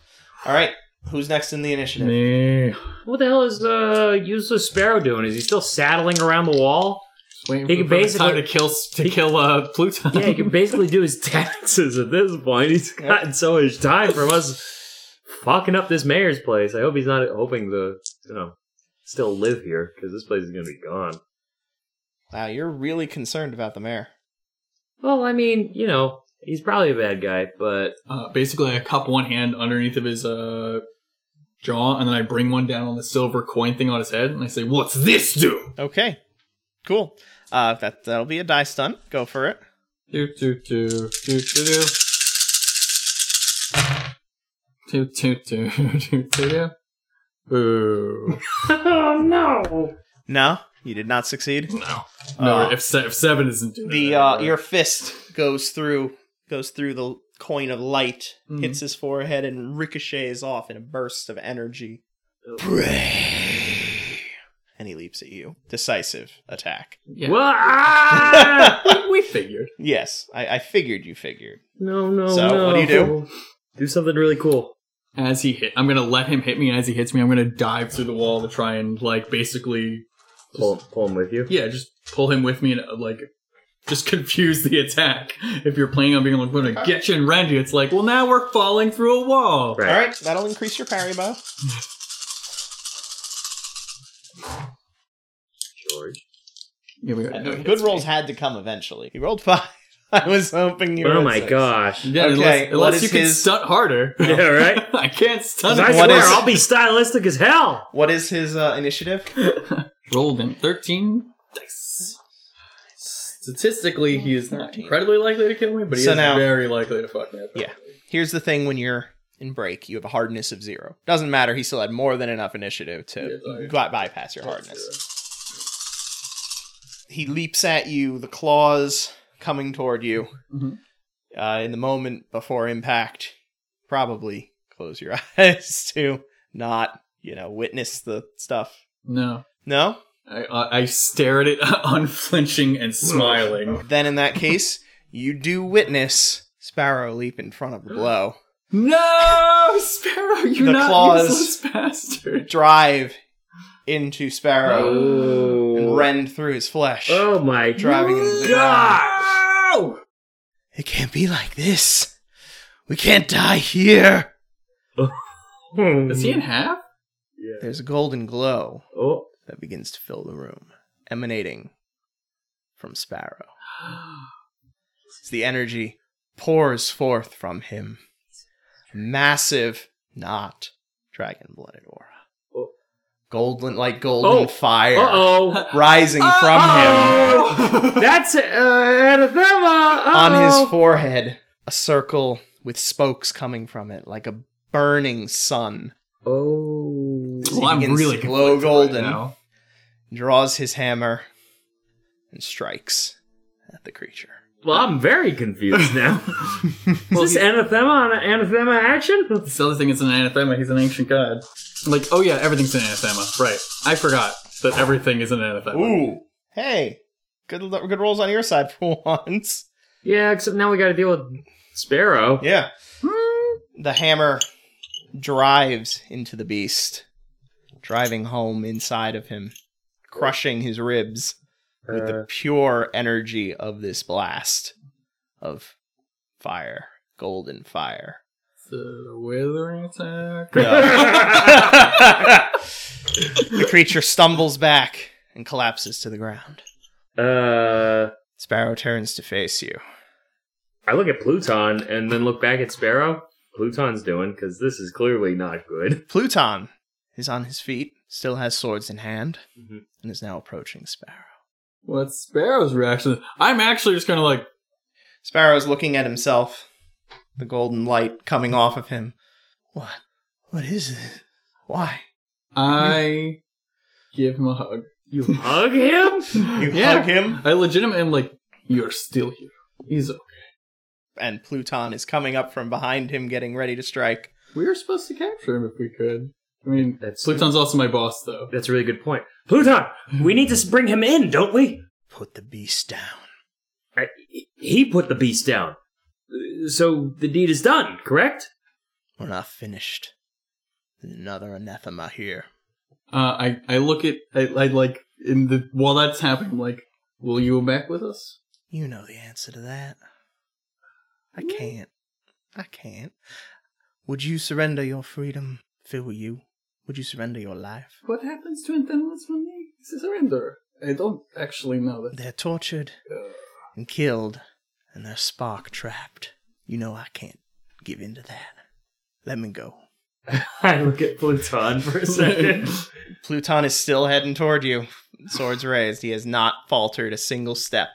S1: right, who's next in the initiative?
S3: Nah.
S2: What the hell is uh, useless sparrow doing? Is he still saddling around the wall?
S3: Just waiting
S2: He
S3: for
S2: could
S3: the
S2: basically-
S3: time to kill to kill uh, Pluton.
S2: Yeah, he can basically do his taxes at this point. He's gotten so much time from us fucking up this mayor's place. I hope he's not hoping to, you know, still live here because this place is going to be gone.
S1: Wow, you're really concerned about the mayor.
S2: Well, I mean, you know, he's probably a bad guy, but
S3: uh, basically, I cup one hand underneath of his uh, jaw, and then I bring one down on the silver coin thing on his head, and I say, "What's this do?"
S1: Okay, cool. Uh, that that'll be a die stunt. Go for it.
S3: Do do do do do do. Two, two, two, two, two, two. Boo.
S2: oh no!
S1: No, you did not succeed.
S3: No. No,
S1: Uh,
S3: if, se- if seven isn't doing
S1: The
S3: it,
S1: uh,
S3: right?
S1: your fist goes through goes through the coin of light,
S3: Mm-hmm.
S1: hits his forehead, and ricochets off in a burst of energy. And he leaps at you. Decisive attack.
S3: Yeah.
S2: Well, ah!
S3: we figured.
S1: Yes, I, I figured you figured.
S2: no, no,
S1: So,
S2: no.
S1: what do you do?
S4: Do something really cool.
S3: As he hit, I'm gonna let him hit me, and as he hits me, I'm gonna dive through the wall to try and like basically,
S4: Pull, pull him with you.
S3: yeah, just pull him with me and uh, like just confuse the attack. If you're playing on being like, "I'm gonna get you and rend you," it's like, well, now we're falling through a wall.
S4: Right.
S1: All right, that'll increase your parry by.
S4: George.
S3: Yeah, we got
S1: Good rolls had to come eventually. He rolled five. I was hoping you.
S4: Oh
S1: would
S4: my
S1: six.
S4: gosh.
S3: Yeah,
S1: Okay,
S3: unless,
S1: what
S3: unless
S1: is
S3: you can
S1: his-
S3: stunt harder.
S4: Yeah, right?
S3: I can't stunt.
S4: I
S3: it.
S4: swear,
S1: is-
S4: I'll be stylistic as hell.
S1: What is his uh, initiative?
S3: rolled in 13 dice. Statistically, he is not
S1: 13.
S3: incredibly likely to kill me, but he
S1: So
S3: is
S1: now-
S3: very likely to fuck me up.
S1: Yeah. Here's the thing: when you're in break, you have a hardness of zero. Doesn't matter. He still had more than enough initiative to
S3: Yeah, sorry.
S1: bi- bypass your hardness. He leaps at you, the claws coming toward you.
S3: Mhm.
S1: Uh, in the moment before impact, probably close your eyes to not, you know, witness the stuff.
S3: No.
S1: No.
S3: I, I, I stare at it, unflinching and smiling.
S1: Then in that case, you do witness Sparrow leap in front of the blow.
S3: no! Sparrow, you're
S1: The
S3: not
S1: claws.
S3: useless bastard.
S1: Drive into Sparrow and
S4: Oh.
S1: rend through his flesh.
S4: Oh my
S1: driving into the ground.
S4: god.
S1: It can't be like this. We can't die here.
S3: Is he in half?
S4: Yeah.
S1: There's a golden glow
S4: Oh.
S1: that begins to fill the room, emanating from Sparrow. As the energy pours forth from him, massive, not dragon blooded aura.
S4: Oh.
S1: Golden, like golden
S4: Oh.
S1: fire
S4: Uh-oh.
S1: rising from him.
S4: Oh. That's uh, anathema. Uh-oh.
S1: on his forehead a circle with spokes coming from it like a burning sun
S4: Oh.
S3: Well, I'm
S1: begins
S3: really
S1: to glow
S3: conflicted right
S1: golden.
S3: now.
S1: draws his hammer and strikes at the creature
S4: Well, I'm very confused now. Is this anathema on an anathema action?
S3: This other thing is an anathema. He's an ancient god. Like, oh yeah, everything's an anathema. Right. I forgot that everything is an anathema.
S1: ooh hey good lo- good rolls on your side for once
S4: Yeah, except now we got to deal with Sparrow.
S1: yeah the hammer drives into the beast driving home inside of him crushing his ribs with the
S4: Uh,
S1: pure energy of this blast of fire golden fire
S3: The withering attack.
S1: the creature stumbles back and collapses to the ground.
S4: uh,
S1: Sparrow turns to face you.
S4: I look at Pluton and then look back at Sparrow. Pluton's doing because this is clearly not good.
S1: Pluton is on his feet, still has swords in hand,
S4: Mhm.
S1: and is now approaching Sparrow.
S3: What's Sparrow's reaction? I'm actually just kind of like,
S1: Sparrow's looking at himself, the golden light coming off of him. What? What is this? Why?
S3: I give him a hug.
S4: You hug him?
S1: You
S3: Yeah.
S1: hug him?
S3: I legitimately am like, you're still here. He's okay.
S1: And Pluton is coming up from behind him, getting ready to strike.
S3: We were supposed to capture him if we could. I mean,
S4: That's-
S3: Pluton's also my boss, though.
S4: That's a really good point. Pluton, we need to s- bring him in, don't we?
S1: Put the beast down.
S4: I, he put the beast down. Uh, So the deed is done, correct?
S1: We're not finished. Another anathema here.
S3: Uh, I I look at I, I like in the while that's happening, I'm like, will you go back with us?
S1: You know the answer to that. I can't. I can't. Would you surrender your freedom if it were you? Would you surrender your life?
S3: What happens to antennas when they surrender? I don't actually know that.
S1: They're tortured and killed, and their spark trapped. You know I can't give in to that. Let me go.
S4: I look at Pluton for a second.
S1: Pluton is still heading toward you, swords raised. He has not faltered a single step.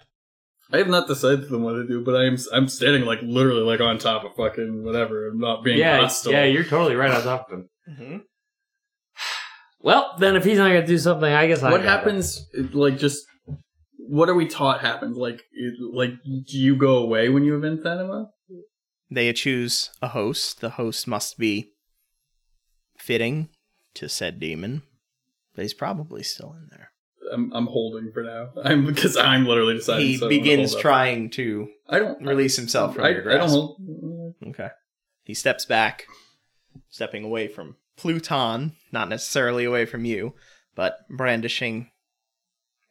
S3: I have not decided what to do, but I'm I'm standing like literally like on top of fucking whatever. I'm not being
S2: yeah,
S3: hostile.
S2: yeah, you're totally right on top of him.
S1: Mm-hmm.
S2: Well, then if he's not gonna do something, I guess I.
S3: what
S2: gotta.
S3: happens? Like just what are we taught happens? Like it, like do you go away when you invent that? Emma?
S1: They choose a host. The host must be fitting to said demon, but he's probably still in there.
S3: I'm I'm holding for now. I'm because I'm literally deciding.
S1: he
S3: so I'm gonna
S1: begins
S3: hold up.
S1: trying to
S3: I don't
S1: release himself from
S3: I,
S1: your
S3: I don't
S1: grasp.
S3: hold.
S1: Okay. He steps back, stepping away from Pluton, not necessarily away from you, but brandishing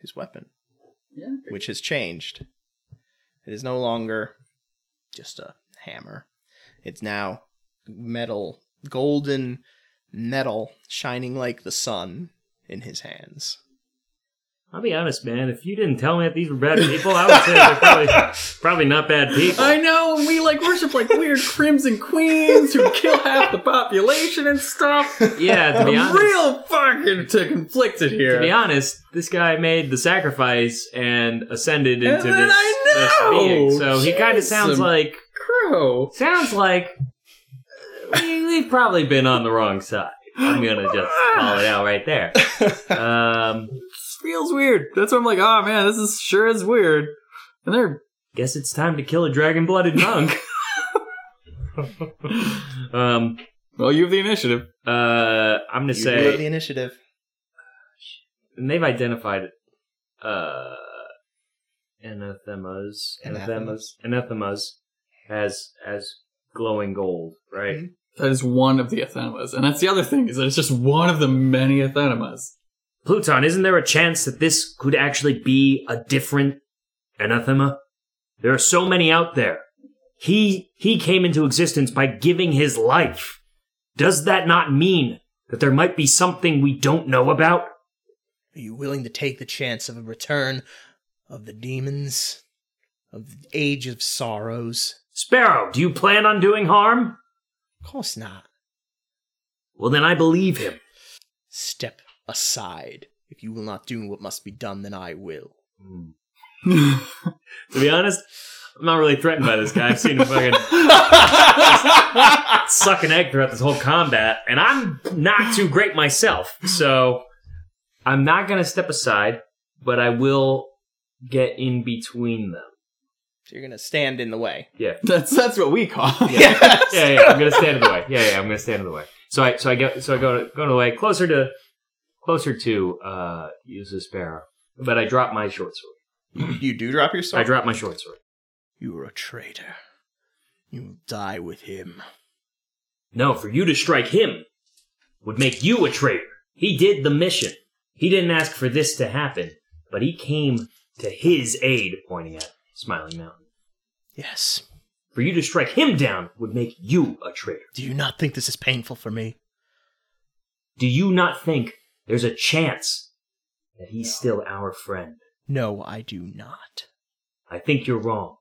S1: his weapon,
S3: Yeah.
S1: which has changed. It is no longer just a hammer. It's now metal, golden metal, shining like the sun in his hands.
S4: I'll be honest, man. If you didn't tell me that these were bad people, I would say they're probably, probably not bad people.
S3: I know we like worship like weird crimson queens who kill half the population and stuff.
S2: Yeah, to
S3: I'm
S2: be honest,
S3: real fucking to conflicted here.
S2: to be honest, this guy made the sacrifice and ascended
S3: And
S2: into
S3: then
S2: this,
S3: I know!
S2: this being. So he kind of
S3: Jeez,
S2: sounds
S3: um,
S2: like
S3: Crow.
S2: sounds like we, we've probably been on the wrong side. I'm gonna just call it out right there. Um,
S3: This feels weird. That's why I'm like, oh man, this is sure is weird. And they're
S2: guess it's time to kill a dragon-blooded monk. um,
S3: well, you have the initiative.
S2: uh, I'm gonna
S1: You
S2: say
S1: have the initiative.
S2: and they've identified uh anathemas anathemas anathemas as as glowing gold right
S3: That is one of the athenemas, and that's the other thing is that it's just one of the many athenemas.
S4: Pluton, isn't there a chance that this could actually be a different anathema? There are so many out there. He he came into existence by giving his life. Does that not mean that there might be something we don't know about?
S1: Are you willing to take the chance of a return of the demons of the age of sorrows?
S4: Sparrow, do you plan on doing harm?
S1: Of course not.
S4: Well, then I believe him.
S1: Step aside. If you will not do what must be done, then I will.
S2: to be honest i'm not really threatened by this guy i've seen him fucking
S4: suck an egg throughout this whole combat, and I'm not too great myself. So I'm not going to step aside, but I will get in between them.
S1: So you're gonna stand in the way.
S3: That's that's what we call. it.
S2: yeah yeah i'm gonna stand in the way yeah yeah i'm gonna stand in the way
S4: So I so I go so I go to, go to the way closer to closer to uh use a sparrow, but I drop my short sword.
S1: you do drop your sword.
S4: I drop my short sword.
S1: you are a traitor. You will die with him.
S4: No, for you to strike him would make you a traitor. He did the mission. He didn't ask for this to happen, but he came to his aid, pointing at Smiling Mountain.
S1: Yes.
S4: For you to strike him down would make you a traitor.
S1: Do you not think this is painful for me?
S4: Do you not think there's a chance that he's still our friend?
S1: No, I do not.
S4: I think you're wrong.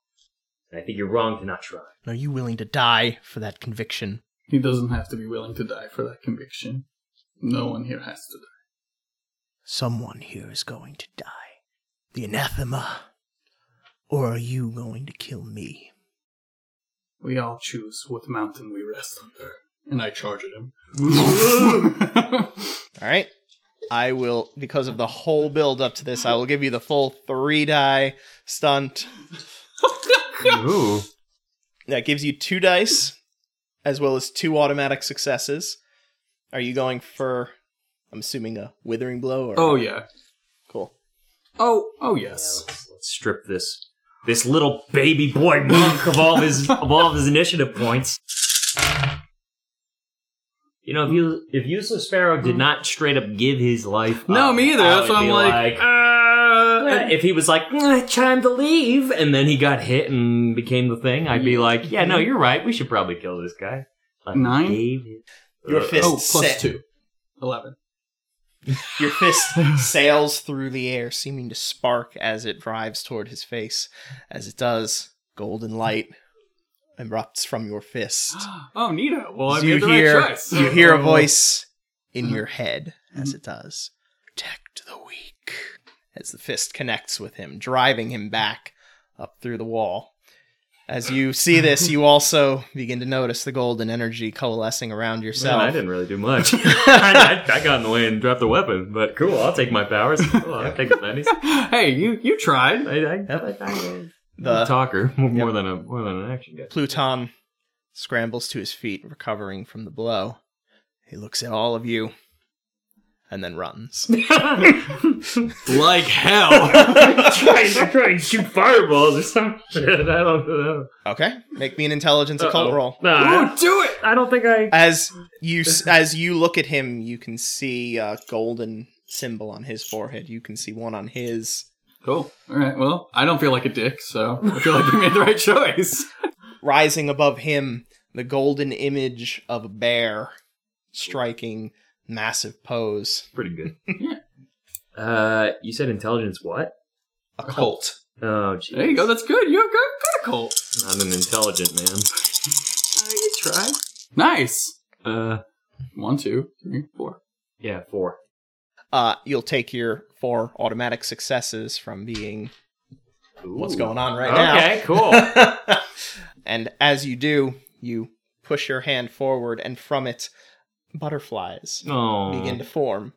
S4: And I think you're wrong to not try.
S1: Are you willing to die for that conviction?
S3: He doesn't have to be willing to die for that conviction. No one here has to die.
S1: Someone here is going to die. The anathema. Or are you going to kill me?
S3: We all choose what mountain we rest under. And I charge at him.
S1: All right. I will, because of the whole build up to this, I will give you the full three die stunt.
S2: ooh
S1: That gives you two dice, as well as two automatic successes. Are you going for, I'm assuming, a withering blow? Or
S3: oh yeah.
S1: Cool.
S3: Oh oh yes.
S4: Let's strip this this little baby boy monk of all of his of all of his initiative points.
S2: you know if you if useless sparrow did not straight up give his life
S3: No,
S1: Oh,
S2: up,
S3: me either.
S2: I
S3: That's
S2: would
S3: why I'm
S2: be
S3: like, "Ah."
S2: Uh, if he was like, "Mm, time to leave, and then he got hit and became the thing, I'd be like, yeah, no, you're right. We should probably kill this guy. But
S3: Nine?
S2: gave it-
S1: Your
S2: Uh,
S1: fist
S3: oh, plus
S1: sa-
S3: two. Eleven.
S1: Your fist sails through the air, seeming to spark as it drives toward his face. As it does, golden light erupts from your fist.
S3: Oh, Nita. Well, I
S1: you
S3: made the
S1: hear
S3: right choice. uh-huh. Mm-hmm.
S1: you hear a voice in your head as it does. Protect the weak. As the fist connects with him, driving him back up through the wall. As you see this, you also begin to notice the golden energy coalescing around
S2: Man,
S1: yourself.
S2: I didn't really do much. I, I, I got in the way and dropped the weapon, but cool. I'll take my powers. Cool, I'll take the pennies.
S5: hey, you you tried.
S2: I, I, I, I,
S5: I'm a
S1: the
S5: talker
S2: more than a more than an action guy.
S1: Pluton scrambles to his feet, recovering from the blow. He looks at all of you and then runs.
S3: Like hell.
S2: Guys, I'm trying to shoot fireballs or some shit. I don't know.
S1: Okay, make me an intelligence occult roll.
S2: No, I,
S5: Ooh, do it.
S2: I don't think I.
S1: as you as you look at him, you can see a golden symbol on his forehead. You can see one on his.
S3: Cool. All right. Well, I don't feel like a dick, so I feel like we made the right choice.
S1: Rising above him, the golden image of a bear striking massive pose.
S2: Pretty good. Uh, you said intelligence. What?
S1: A cult.
S2: Oh, jeez.
S3: There you go. That's good. You have got good cult.
S2: I'm an intelligent man.
S3: Uh, you tried. Nice.
S2: Uh,
S3: One, two, three, four.
S2: yeah, four.
S1: Uh, you'll take your four automatic successes from being what's going on right
S5: Okay, cool.
S1: now. and as you do, you push your hand forward, and from it, butterflies
S2: No.
S3: Uh-huh.
S1: begin to form.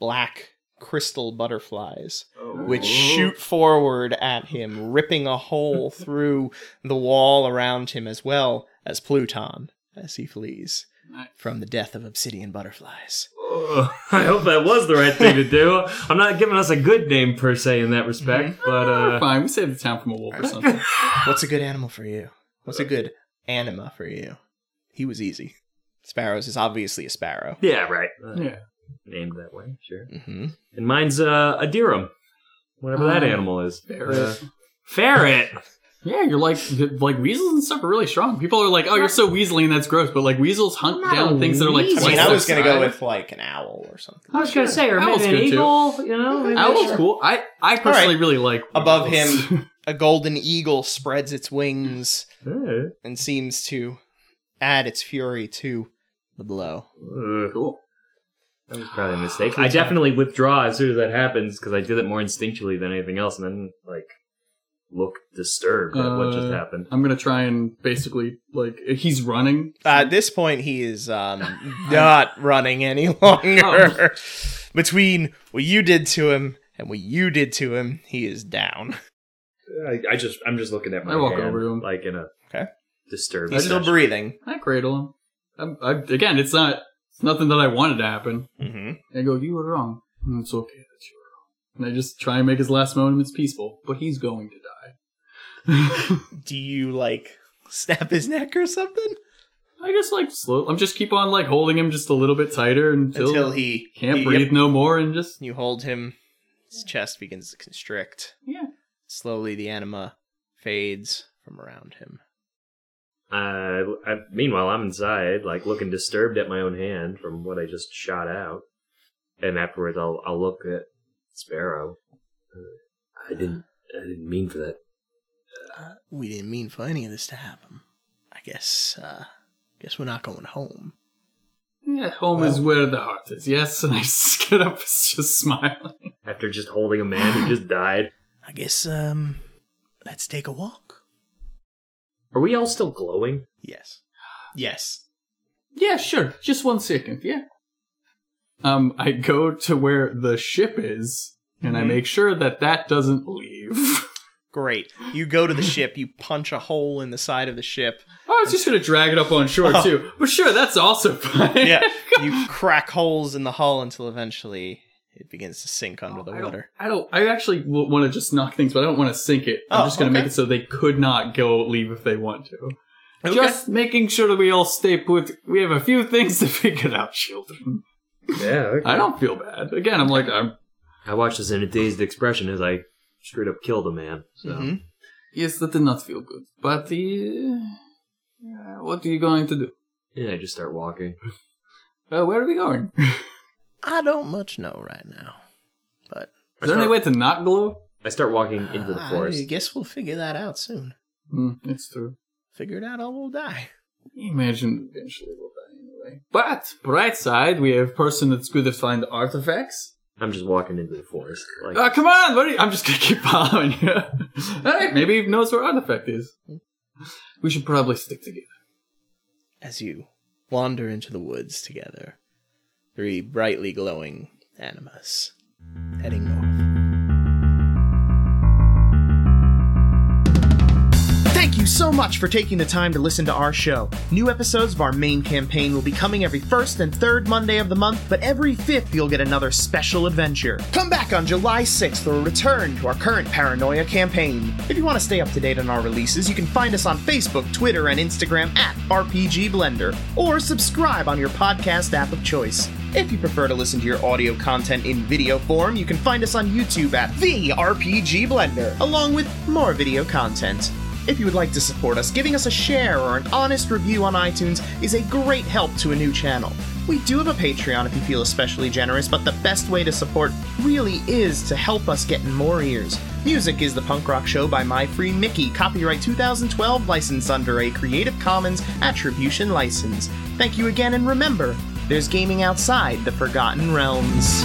S1: Black crystal butterflies.
S2: Oh.
S1: which
S3: Ooh.
S1: shoot forward at him, ripping a hole through the wall around him as well as Pluton as he flees
S3: Nice.
S1: from the death of obsidian butterflies.
S2: Ugh, I hope that was the right thing to do. I'm not giving us a good name per se in that respect,
S5: Mm-hmm.
S2: but
S3: We're
S2: uh,
S3: fine. We saved the town from a wolf or something.
S1: What's a good animal for you? What's a good anima for you? He was easy. Sparrows is obviously a sparrow.
S2: yeah, right. Uh,
S3: Yeah.
S2: Named that way, sure.
S1: hmm
S2: And mine's uh, a dirham, whatever
S5: Ah,
S2: that
S3: Um,
S2: animal is.
S3: ferret.
S2: Uh, ferret.
S3: Yeah, you're like like weasels and stuff are really strong. People are like, "Oh, you're so weaselly and that's gross," but like weasels hunt
S5: Not
S3: down
S5: a
S3: things that are like.
S5: weasel.
S1: I mean,
S3: twice
S1: I
S3: their
S1: was gonna go
S3: size.
S1: with like an owl or something.
S5: I was gonna say, or
S3: Owl's
S5: maybe an
S3: good, too.
S5: eagle. You know, maybe
S3: Owl's
S5: that's-
S3: cool. I I personally really like
S1: Above
S3: weasels.
S1: A golden eagle spreads its wings and seems to add its fury to the blow.
S2: Ugh,
S3: cool.
S2: that was probably a mistake. I definitely withdraw as soon as that happens because I did it more instinctually than anything else, and then like look disturbed at what just
S3: Uh,
S2: happened.
S3: I'm gonna try and basically like he's running.
S1: At this point, he is um, not running any longer. Between what you did to him and what you did to him, he is down.
S2: I, I just I'm just looking at my
S3: I walk
S2: hand,
S3: over to him.
S2: like in a
S1: Okay.
S2: disturbed.
S1: He's still
S2: fashion.
S1: breathing.
S3: I cradle him. I, I, again, it's not it's nothing that I wanted to happen.
S1: Mm-hmm.
S3: I go, "You were wrong. And it's okay that you were wrong." And I just try and make his last moments peaceful, but he's going to die.
S1: Do you like snap his neck or something
S3: I just like slow. I'm just keep on like holding him just a little bit tighter until,
S1: until he
S3: can't
S1: he-
S3: breathe
S1: yep.
S3: no more and just
S1: You hold him. His chest begins to constrict.
S3: Yeah.
S1: Slowly, the anima fades from around him.
S2: Uh, I, meanwhile, I'm inside, like looking disturbed at my own hand from what I just shot out. And afterwards, I'll I'll look at Sparrow. Uh, I didn't I didn't mean for that.
S1: Uh, We didn't mean for any of this to happen. I guess. Uh, guess we're not going home.
S3: yeah. Home is where the heart is. Yes, and I just get up, just smiling.
S2: After just holding a man who just died,
S1: I guess um let's take a walk.
S2: are we all still glowing?
S1: Yes. Yes.
S3: Yeah, sure. Just one second. Yeah. Um, I go to where the ship is, and I
S1: Mhm.
S3: make sure that that doesn't leave. Oh,
S1: Great. You go to the ship, you punch a hole in the side of the ship.
S3: I was just gonna drag it up on shore
S1: Oh.
S3: too, but sure, that's also fine.
S1: you crack holes in the hull until eventually it begins to sink under the
S3: I don't-
S1: water.
S3: I don't. I actually want to just knock things, but I don't want to sink it. I'm
S1: Oh,
S3: just going to
S1: okay.
S3: make it so they could not go leave if they want to.
S1: Okay.
S3: Just making sure that we all stay put. We have a few things to figure out, children.
S2: Yeah,
S3: I don't feel bad. Again, I'm like I'm.
S2: I watched this in a dazed expression as I straight up killed a man. So
S1: Mhm.
S3: Yes, that did not feel good. But uh, uh, what are you going to do?
S2: yeah, I just start walking.
S3: Uh, where are we going? Is
S1: I don't much know right now. But
S2: I
S3: there any
S2: start,
S3: way to not glow?
S2: I start walking into the
S1: I
S2: forest.
S1: guess we'll figure that out soon.
S3: Hmm, it's true.
S1: Figure it out or we'll die.
S3: Imagine eventually we'll die anyway. But bright side, we have person that's good at find artifacts. Ah,
S2: I'm just walking into the forest. Like
S3: Uh, come on, what are you- I'm just gonna keep following you. Alright, maybe he knows where artifact is. We should probably stick together.
S1: as you wander into the woods together, three brightly glowing animus heading north.
S6: Thank you so much for taking the time to listen to our show. New episodes of our main campaign will be coming every first and third Monday of the month, but every fifth you'll get another special adventure. Come back on July 6th for a return to our current Paranoia campaign. If you want to stay up to date on our releases, you can find us on Facebook, Twitter, and Instagram at RPG Blender, or subscribe on your podcast app of choice. If you prefer to listen to your audio content in video form, you can find us on YouTube at The RPG Blender, along with more video content. If you would like to support us, giving us a share or an honest review on iTunes is a great help to a new channel. We do have a Patreon if you feel especially generous, but the best way to support really is to help us get in more ears. Music is The Punk Rock Show by My Free Mickey, copyright 2012, licensed under a Creative Commons Attribution License. Thank you again, and remember, there's gaming outside the Forgotten Realms.